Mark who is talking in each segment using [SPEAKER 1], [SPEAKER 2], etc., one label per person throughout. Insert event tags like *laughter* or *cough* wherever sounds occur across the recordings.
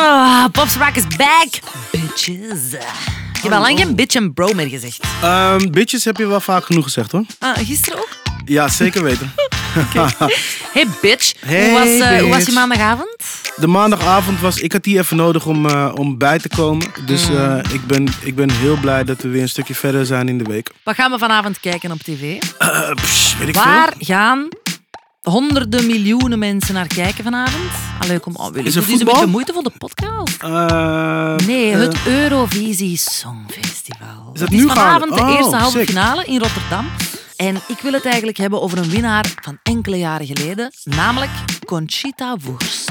[SPEAKER 1] Ah, Popspraak is back, bitches. Ik heb al lang geen bitch en bro meer gezegd.
[SPEAKER 2] Ehm bitches heb je wel vaak genoeg gezegd hoor.
[SPEAKER 1] Ah, gisteren ook?
[SPEAKER 2] Ja, zeker weten.
[SPEAKER 1] Hey, bitch.
[SPEAKER 2] Hey,
[SPEAKER 1] hoe, was, eh, hoe was je
[SPEAKER 2] bitch.
[SPEAKER 1] maandagavond?
[SPEAKER 2] *laughs* De maandagavond was, ik had die even nodig om, eh, om bij te komen. Dus eh, ik, ben, ik ben heel blij dat we weer een stukje verder zijn in de *clears throat* week.
[SPEAKER 1] Wat gaan we vanavond kijken op tv?
[SPEAKER 2] Eh, pss, weet ik
[SPEAKER 1] Waar gaan honderden miljoenen mensen naar kijken vanavond? Ah, leuk om... Oh, wil ik-
[SPEAKER 2] Is er
[SPEAKER 1] dit is een
[SPEAKER 2] voetbal?
[SPEAKER 1] beetje moeite voor de podcast.
[SPEAKER 2] veel. Eh,
[SPEAKER 1] Nee,
[SPEAKER 2] eh,
[SPEAKER 1] het Eurovisie Songfestival.
[SPEAKER 2] Is dat nu gaande?
[SPEAKER 1] vanavond de
[SPEAKER 2] Oh,
[SPEAKER 1] eerste halve
[SPEAKER 2] sick.
[SPEAKER 1] finale in Rotterdam. En ik wil het eigenlijk hebben over een winnaar van enkele jaren geleden, namelijk Conchita Wurst.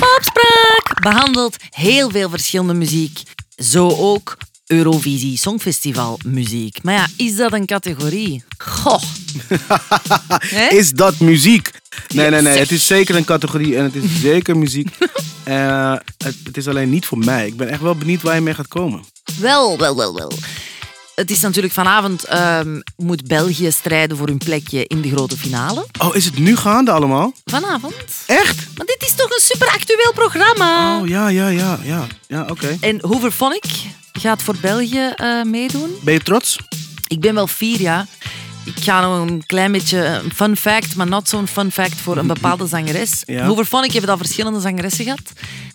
[SPEAKER 1] Popspraak behandelt heel veel verschillende muziek. Zo ook Eurovisie Songfestival muziek. Maar ja, is dat een categorie?
[SPEAKER 2] *laughs*
[SPEAKER 1] Goh. Hè?
[SPEAKER 2] Is dat muziek? Nee, nee, nee.
[SPEAKER 1] zeg.
[SPEAKER 2] Het is zeker een categorie en het is zeker muziek. Eh, het, het is alleen niet voor mij. Ik ben echt wel benieuwd waar je mee gaat komen.
[SPEAKER 1] Wel, wel, wel, wel. Het is natuurlijk vanavond ehm, moet België strijden voor hun plekje in de grote finale.
[SPEAKER 2] Oh, is het nu gaande allemaal?
[SPEAKER 1] Vanavond.
[SPEAKER 2] Echt?
[SPEAKER 1] Maar dit is toch een superactueel programma.
[SPEAKER 2] Oh, ja, ja, ja, ja. Ja, oké.
[SPEAKER 1] En Hoover Phonic gaat voor België eh, meedoen.
[SPEAKER 2] Ben je trots?
[SPEAKER 1] Ik ben wel vier, ja. Ik ga nog een klein beetje een fun fact, maar not zo'n fun fact voor een bepaalde zangeres.
[SPEAKER 2] Ja.
[SPEAKER 1] Hoover Phonic heeft al verschillende zangeressen gehad.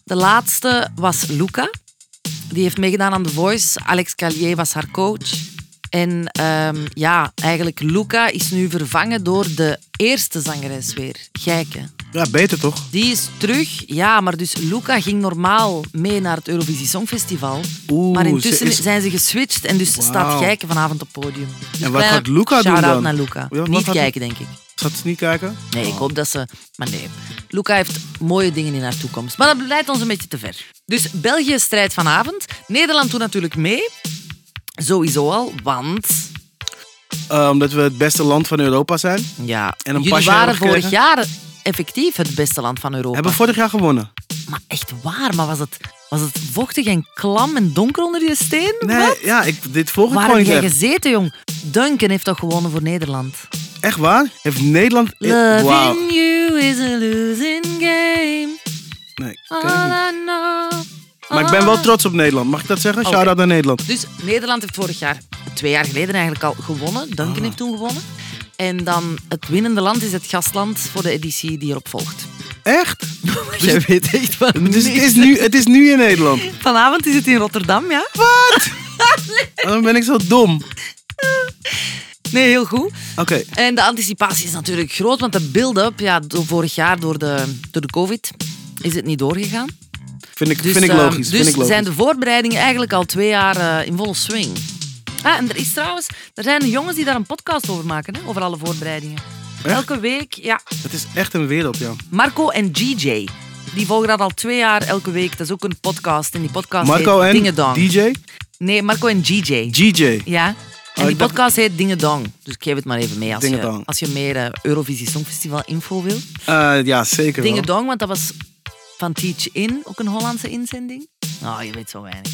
[SPEAKER 1] De laatste was Luca. Die heeft meegedaan aan The Voice. Alex Calier was haar coach. En ehm, ja, eigenlijk Luca is nu vervangen door de eerste zangeres weer. Gijke.
[SPEAKER 2] Ja, beter toch?
[SPEAKER 1] Die is terug. Ja, maar dus Luca ging normaal mee naar het Eurovisie Songfestival.
[SPEAKER 2] Oeh,
[SPEAKER 1] maar
[SPEAKER 2] ze
[SPEAKER 1] intussen
[SPEAKER 2] is-
[SPEAKER 1] zijn ze geswitcht en dus staat Kijken vanavond op het podium. Dus
[SPEAKER 2] En wat
[SPEAKER 1] kleine
[SPEAKER 2] gaat Luca doen
[SPEAKER 1] Shout-out
[SPEAKER 2] dan?
[SPEAKER 1] naar Luca.
[SPEAKER 2] Ja, wat
[SPEAKER 1] Niet
[SPEAKER 2] gaat- Oh.
[SPEAKER 1] kijken, denk ik.
[SPEAKER 2] Gaat ze niet kijken?
[SPEAKER 1] Nee, ik hoop dat ze... Maar nee, Luca heeft mooie dingen in haar toekomst. Maar dat leidt ons een beetje te ver. Dus België strijdt vanavond. Nederland doet natuurlijk mee. Sowieso al, want...
[SPEAKER 2] Eh, omdat we het beste land van Europa zijn.
[SPEAKER 1] Ja,
[SPEAKER 2] En een
[SPEAKER 1] jullie
[SPEAKER 2] pasje
[SPEAKER 1] waren
[SPEAKER 2] hebben we
[SPEAKER 1] vorig jaar effectief het beste land van Europa.
[SPEAKER 2] Hebben we vorig jaar gewonnen?
[SPEAKER 1] Maar echt waar, maar was het, was het vochtig en klam en donker onder die steen? Wat?
[SPEAKER 2] ja, ik, dit volg ik
[SPEAKER 1] Waar
[SPEAKER 2] gewoon
[SPEAKER 1] heb
[SPEAKER 2] niet
[SPEAKER 1] jij
[SPEAKER 2] echt.
[SPEAKER 1] gezeten, jong? Duncan heeft toch gewonnen voor Nederland?
[SPEAKER 2] Echt waar? Heeft Nederland... eh,
[SPEAKER 1] Loving
[SPEAKER 2] Wauw.
[SPEAKER 1] you is a losing game.
[SPEAKER 2] Nee, ik ken het niet.
[SPEAKER 1] All I know.
[SPEAKER 2] Maar ik ben wel trots op Nederland. Mag ik dat zeggen?
[SPEAKER 1] Ah. Oh, Oké.
[SPEAKER 2] Shout-out naar Nederland.
[SPEAKER 1] Dus Nederland heeft vorig jaar, twee jaar geleden eigenlijk al gewonnen.
[SPEAKER 2] Ah.
[SPEAKER 1] Duncan heeft toen gewonnen. En dan het winnende land is het gastland voor de editie die erop volgt. *laughs*
[SPEAKER 2] Echt?
[SPEAKER 1] Jij weet echt van
[SPEAKER 2] Dus het is, nu, het is nu in Nederland.
[SPEAKER 1] Vanavond is het in Rotterdam, ja?
[SPEAKER 2] Dan ben ik zo dom.
[SPEAKER 1] Nee, heel goed.
[SPEAKER 2] Oké.
[SPEAKER 1] En de anticipatie is natuurlijk groot, want de build-up, ja, do- vorig jaar door de, door de COVID, is het niet doorgegaan.
[SPEAKER 2] Vind ik,
[SPEAKER 1] Dus,
[SPEAKER 2] vind ik
[SPEAKER 1] eh,
[SPEAKER 2] logisch.
[SPEAKER 1] dus
[SPEAKER 2] vind ik logisch.
[SPEAKER 1] zijn de voorbereidingen eigenlijk al twee jaar eh, in volle swing. Ah, en er is trouwens, er zijn jongens die daar een podcast over maken, hè, over alle voorbereidingen. Elke week, ja.
[SPEAKER 2] Het is echt een wereld, ja.
[SPEAKER 1] Marco en GJ, die volgen dat al twee jaar elke week. Dat is ook een podcast en die podcast
[SPEAKER 2] Marco
[SPEAKER 1] heet
[SPEAKER 2] en
[SPEAKER 1] Dingen Dong.
[SPEAKER 2] DJ?
[SPEAKER 1] Nee, Marco en GJ.
[SPEAKER 2] GJ.
[SPEAKER 1] Ja. En
[SPEAKER 2] Oh,
[SPEAKER 1] die
[SPEAKER 2] ik dacht-
[SPEAKER 1] podcast heet Dingedong. Dus ik geef het maar even mee als,
[SPEAKER 2] Dinge
[SPEAKER 1] je,
[SPEAKER 2] Dong.
[SPEAKER 1] als je meer eh, Eurovisie Songfestival info wil.
[SPEAKER 2] Eh, ja, zeker wel.
[SPEAKER 1] Dingedong, want dat was van Teach In, ook een Hollandse inzending. Nou, je weet zo weinig. Je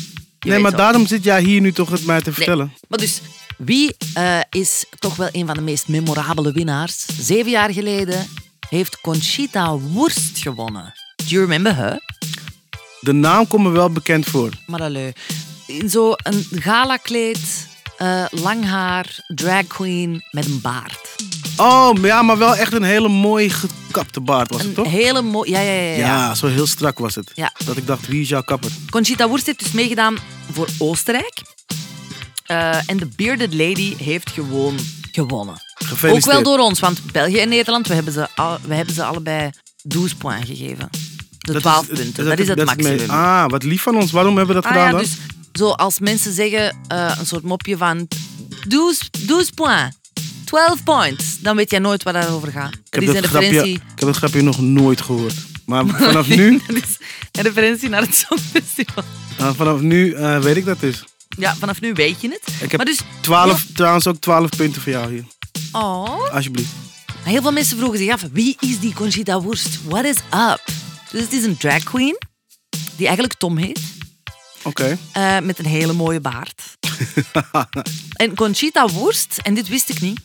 [SPEAKER 2] Nee,
[SPEAKER 1] weet
[SPEAKER 2] maar
[SPEAKER 1] zo-
[SPEAKER 2] daarom zit jij hier nu toch het mij te vertellen.
[SPEAKER 1] Maar dus, wie eh, is toch wel een van de meest memorabele winnaars? Zeven jaar geleden heeft Conchita Wurst gewonnen. Do you remember her?
[SPEAKER 2] De naam komt me wel bekend voor.
[SPEAKER 1] Maar allee. In zo'n galakleed, eh lang haar, drag queen met een baard.
[SPEAKER 2] Oh, maar ja, maar wel echt een hele mooi gekapte baard was het,
[SPEAKER 1] Een
[SPEAKER 2] toch?
[SPEAKER 1] hele mooie... Ja, ja, ja.
[SPEAKER 2] Ja,
[SPEAKER 1] ja.
[SPEAKER 2] zo heel strak was het.
[SPEAKER 1] Ja.
[SPEAKER 2] Dat ik dacht, wie is jouw kapper?
[SPEAKER 1] Conchita Wurst heeft dus meegedaan voor Oostenrijk. Eh, en de Bearded Lady heeft gewoon gewonnen. Ook
[SPEAKER 2] Gefeliciteerd. Dus
[SPEAKER 1] wel door ons, want België en Nederland, we hebben ze, al- we hebben ze allebei 12 points gegeven. De 12 punten, dat, is het maximum.
[SPEAKER 2] mee- ah, wat lief van ons. Waarom hebben we dat
[SPEAKER 1] Ah
[SPEAKER 2] gedaan
[SPEAKER 1] ja,
[SPEAKER 2] dan?
[SPEAKER 1] dus zoals mensen zeggen, eh, een soort mopje van 12 12 points, 12 points, dan weet jij nooit waar dat over gaat.
[SPEAKER 2] ik,
[SPEAKER 1] Het
[SPEAKER 2] heb
[SPEAKER 1] is een
[SPEAKER 2] dat grapje,
[SPEAKER 1] referentie.
[SPEAKER 2] ik heb dat grapje nog nooit gehoord.
[SPEAKER 1] *laughs*
[SPEAKER 2] Maar vanaf nu,
[SPEAKER 1] Dat is een referentie naar het Songfestival.
[SPEAKER 2] eh, vanaf nu eh, weet ik dat dus.
[SPEAKER 1] Ja, vanaf nu weet je het.
[SPEAKER 2] Ik heb
[SPEAKER 1] maar dus,
[SPEAKER 2] 12, trouwens ook 12 punten voor jou hier.
[SPEAKER 1] Oh.
[SPEAKER 2] Alsjeblieft.
[SPEAKER 1] Maar Heel veel mensen vroegen zich af, wie is die Conchita Wurst? What is up? Dus het is een drag queen, die eigenlijk Tom heet,
[SPEAKER 2] Oké.
[SPEAKER 1] eh, met een hele mooie
[SPEAKER 2] *laughs*
[SPEAKER 1] baard. en Conchita Wurst, en dit wist ik niet,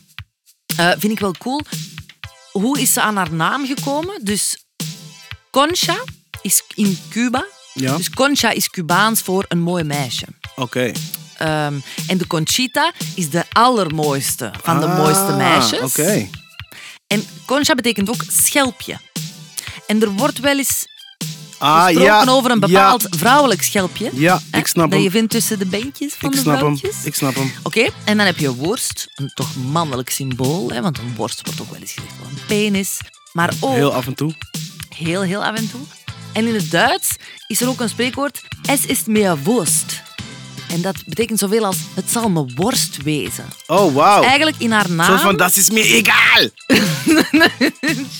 [SPEAKER 1] eh, vind ik wel cool. Hoe is ze aan haar naam gekomen? Dus Concha is in Cuba.
[SPEAKER 2] Ja,
[SPEAKER 1] Dus Concha is Cubaans voor een mooi meisje.
[SPEAKER 2] oké.
[SPEAKER 1] Ehm, en de Conchita is de allermooiste van de
[SPEAKER 2] Ah,
[SPEAKER 1] mooiste meisjes. Dus
[SPEAKER 2] Oké.
[SPEAKER 1] En Concha betekent ook schelpje. En er wordt wel eens
[SPEAKER 2] Ah,
[SPEAKER 1] gesproken
[SPEAKER 2] ja.
[SPEAKER 1] over een bepaald vrouwelijk schelpje.
[SPEAKER 2] Ja,
[SPEAKER 1] hè,
[SPEAKER 2] ja ik snap
[SPEAKER 1] Dat je
[SPEAKER 2] hem.
[SPEAKER 1] vindt tussen de beentjes van
[SPEAKER 2] Ik
[SPEAKER 1] de
[SPEAKER 2] snap hem.
[SPEAKER 1] vrouwtjes.
[SPEAKER 2] Ik snap hem.
[SPEAKER 1] Oké, en dan heb je worst, een toch mannelijk symbool, hè, want een worst wordt ook wel eens gezegd van een penis. Maar ook
[SPEAKER 2] Heel
[SPEAKER 1] heel.
[SPEAKER 2] af en toe.
[SPEAKER 1] heel, af en toe. En in het Duits is er ook een spreekwoord, es ist mir Wurst. En dat betekent zoveel als, het zal me worst wezen.
[SPEAKER 2] Oh, wauw.
[SPEAKER 1] Eigenlijk in haar
[SPEAKER 2] Een soort
[SPEAKER 1] naam...
[SPEAKER 2] van, dat is me egal.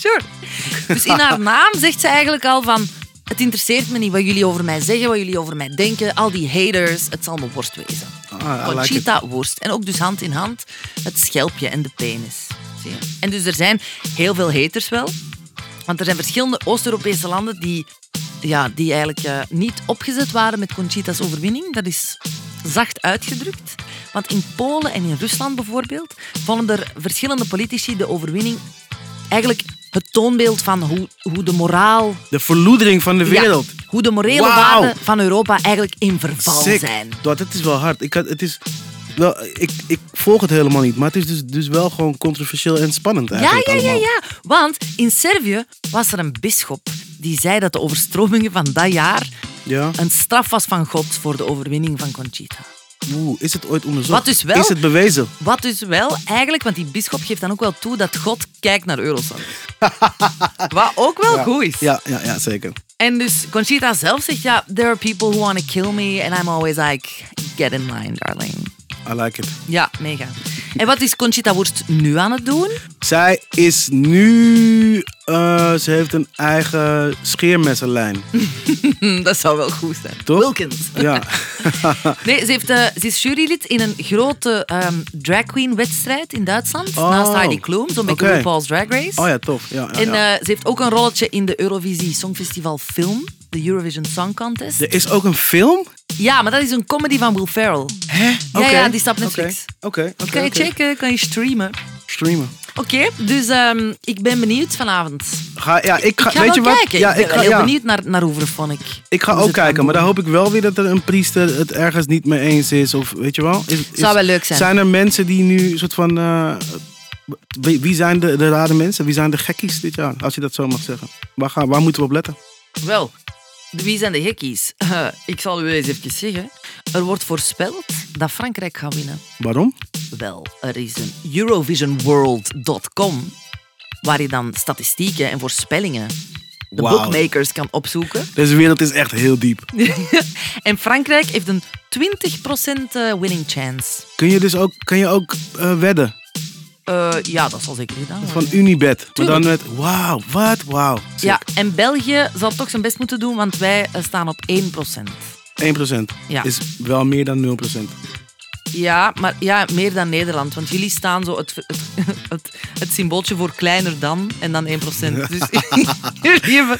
[SPEAKER 1] Sure. Dus in haar naam zegt ze eigenlijk al van... Het interesseert me niet wat jullie over mij zeggen, wat jullie over mij denken. Al die haters, het zal me worst wezen.
[SPEAKER 2] Ah, I like it.
[SPEAKER 1] Conchita worst. En ook dus hand in hand het schelpje en de penis. Zie je? En dus er zijn heel veel haters wel. Want er zijn verschillende Oost-Europese landen die, ja, die eigenlijk eh, niet opgezet waren met Conchita's overwinning. Dat is zacht uitgedrukt. Want in Polen en in Rusland bijvoorbeeld vonden er verschillende politici de overwinning eigenlijk het toonbeeld van hoe, hoe de moraal
[SPEAKER 2] De verloedering van de
[SPEAKER 1] ja,
[SPEAKER 2] wereld.
[SPEAKER 1] hoe de morele
[SPEAKER 2] Wauw.
[SPEAKER 1] waarden van Europa eigenlijk in verval
[SPEAKER 2] Sick.
[SPEAKER 1] zijn.
[SPEAKER 2] Dat, het is wel hard. Ik, had, het is, wel, ik, ik volg het helemaal niet, maar het is dus, dus wel gewoon controversieel en spannend
[SPEAKER 1] Ja,
[SPEAKER 2] eigenlijk
[SPEAKER 1] ja, ja,
[SPEAKER 2] allemaal.
[SPEAKER 1] ja. Want in Servië was er een bisschop die zei dat de overstromingen van dat jaar
[SPEAKER 2] ja.
[SPEAKER 1] een straf was van God voor de overwinning van Conchita.
[SPEAKER 2] Oeh, is het ooit onderzocht?
[SPEAKER 1] Wat dus wel-
[SPEAKER 2] Is het bewezen?
[SPEAKER 1] Wat dus wel eigenlijk, want die bisschop geeft dan ook wel toe dat God kijkt naar *laughs* Eurosong. Wat ook wel goed is.
[SPEAKER 2] Ja, ja, ja zeker.
[SPEAKER 1] En dus Conchita zelf zegt, ja, there are people who want to kill me and I'm always like, get in line, darling.
[SPEAKER 2] I like it.
[SPEAKER 1] Ja, mega. En wat is Conchita Wurst nu aan het doen?
[SPEAKER 2] Zij is nu... eh, ze heeft een eigen
[SPEAKER 1] *laughs*
[SPEAKER 2] scheermessenlijn.
[SPEAKER 1] Hm, dat zou wel goed zijn.
[SPEAKER 2] Toch?
[SPEAKER 1] Wilkins.
[SPEAKER 2] Ja.
[SPEAKER 1] Nee, ze, heeft, eh, ze is jurylid in een grote ehm, drag queen wedstrijd in Duitsland.
[SPEAKER 2] Oh.
[SPEAKER 1] Naast Heidi Klum, zo met
[SPEAKER 2] Oké.
[SPEAKER 1] RuPaul's Drag Race.
[SPEAKER 2] Oh ja, tof. Ja, ja,
[SPEAKER 1] En
[SPEAKER 2] ja.
[SPEAKER 1] eh, ze heeft ook een rolletje in de Eurovisie Songfestival film. De Eurovision Song Contest.
[SPEAKER 2] Er is ook een film?
[SPEAKER 1] Ja, maar dat is een comedy van Will Ferrell.
[SPEAKER 2] Hè?
[SPEAKER 1] Ja,
[SPEAKER 2] Oké.
[SPEAKER 1] ja, die staat op Netflix.
[SPEAKER 2] Oké, oké. oké,
[SPEAKER 1] kan je
[SPEAKER 2] oké.
[SPEAKER 1] checken, kan je streamen.
[SPEAKER 2] Streamen.
[SPEAKER 1] Oké, dus ehm, ik ben benieuwd vanavond.
[SPEAKER 2] Ga, ja, ik ga,
[SPEAKER 1] Ik ga wel
[SPEAKER 2] weet je wat?
[SPEAKER 1] kijken.
[SPEAKER 2] Ja,
[SPEAKER 1] ik ben
[SPEAKER 2] ik ga,
[SPEAKER 1] heel
[SPEAKER 2] ja.
[SPEAKER 1] benieuwd naar, naar Overphonic.
[SPEAKER 2] Ik ga
[SPEAKER 1] Hoe ze
[SPEAKER 2] ook
[SPEAKER 1] het gaan
[SPEAKER 2] kijken, maar
[SPEAKER 1] doen.
[SPEAKER 2] daar hoop ik wel weer dat er een priester het ergens niet mee eens is. Of weet je wel? Is, is-
[SPEAKER 1] Zou wel leuk zijn.
[SPEAKER 2] Zijn er mensen die nu een soort van. eh, wie, wie zijn de, de rare mensen? Wie zijn de gekkies dit jaar? Als je dat zo mag zeggen. Waar, gaan, waar moeten we op letten?
[SPEAKER 1] Wel, de- wie zijn de gekkies? *laughs* ik zal u eens even zeggen. Er wordt voorspeld dat Frankrijk gaat winnen.
[SPEAKER 2] Waarom?
[SPEAKER 1] Wel, er is een EurovisionWorld.com waar je dan statistieken en voorspellingen de
[SPEAKER 2] Wauw.
[SPEAKER 1] bookmakers kan opzoeken.
[SPEAKER 2] Deze wereld is echt heel diep.
[SPEAKER 1] *laughs* en Frankrijk heeft een 20% eh, winning chance.
[SPEAKER 2] Kun je dus ook, kun je ook eh, wedden?
[SPEAKER 1] Eh, ja, dat zal zeker gedaan
[SPEAKER 2] Van
[SPEAKER 1] worden.
[SPEAKER 2] Unibed. Maar
[SPEAKER 1] Tuurlijk.
[SPEAKER 2] dan met. Wauw, wat? Wauw.
[SPEAKER 1] Ja, en België zal toch zijn best moeten doen, want wij eh, staan op 1%.
[SPEAKER 2] 1%
[SPEAKER 1] Ja.
[SPEAKER 2] is wel meer dan 0%.
[SPEAKER 1] Ja, maar ja, meer dan Nederland. Want jullie staan zo het, het, het, het symbooltje voor kleiner dan en dan 1%.
[SPEAKER 2] *laughs*
[SPEAKER 1] Dus *laughs* jullie hebben...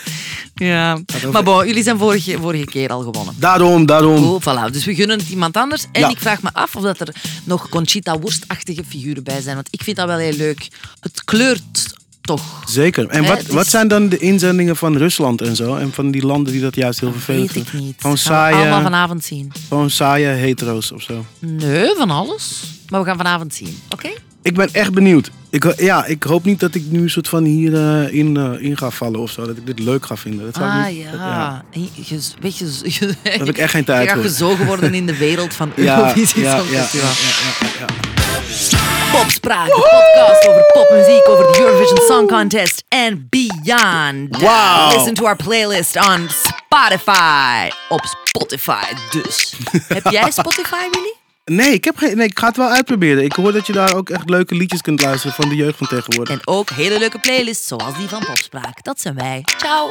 [SPEAKER 1] Ja,
[SPEAKER 2] over-
[SPEAKER 1] maar bon, jullie zijn vorige, vorige keer al gewonnen.
[SPEAKER 2] Daarom, daarom.
[SPEAKER 1] Oh, voilà. Dus we gunnen het iemand anders. En
[SPEAKER 2] Ja.
[SPEAKER 1] ik vraag me af of dat er nog Conchita Wurst-achtige figuren bij zijn. Want ik vind dat wel heel leuk. Het kleurt toch.
[SPEAKER 2] Zeker. En
[SPEAKER 1] Hè, dus
[SPEAKER 2] wat,
[SPEAKER 1] het is-
[SPEAKER 2] wat zijn dan de inzendingen van Rusland en zo? En van die landen die dat juist heel vervelend
[SPEAKER 1] Weet ik
[SPEAKER 2] vinden?
[SPEAKER 1] niet.
[SPEAKER 2] Gewoon
[SPEAKER 1] Dat gaan we allemaal
[SPEAKER 2] saaie,
[SPEAKER 1] vanavond zien.
[SPEAKER 2] gewoon saaie hetero's of zo.
[SPEAKER 1] Nee, van alles. Maar we gaan vanavond zien. Oké?
[SPEAKER 2] Ik ben echt benieuwd. Ik, ho- ja, ik hoop niet dat ik nu een soort van hierin in eh, in ga vallen of zo. Dat ik dit leuk ga vinden. Dat zou ik
[SPEAKER 1] Ah
[SPEAKER 2] niet-
[SPEAKER 1] ja.
[SPEAKER 2] dat- ja.
[SPEAKER 1] En je- je- weet je, je,
[SPEAKER 2] heb ik echt geen
[SPEAKER 1] *laughs*
[SPEAKER 2] tijd
[SPEAKER 1] Je gaat
[SPEAKER 2] voor.
[SPEAKER 1] gezogen worden in de wereld van
[SPEAKER 2] *laughs* Ja,
[SPEAKER 1] Eurovisie
[SPEAKER 2] ja,
[SPEAKER 1] Songfestival.
[SPEAKER 2] ja, ja, ja, ja.
[SPEAKER 1] Popspraak, de podcast over popmuziek, over de Eurovision Song Contest en beyond.
[SPEAKER 2] Wauw.
[SPEAKER 1] Listen to our playlist on Spotify. Op Spotify
[SPEAKER 2] *laughs*
[SPEAKER 1] dus. heb jij Spotify, Willy?
[SPEAKER 2] Nee, ik heb geen, nee, ik ga het wel uitproberen. Ik hoor dat je daar ook echt leuke liedjes kunt luisteren van de jeugd van tegenwoordig.
[SPEAKER 1] En ook hele leuke playlists zoals die van Popspraak. Dat zijn wij. Ciao.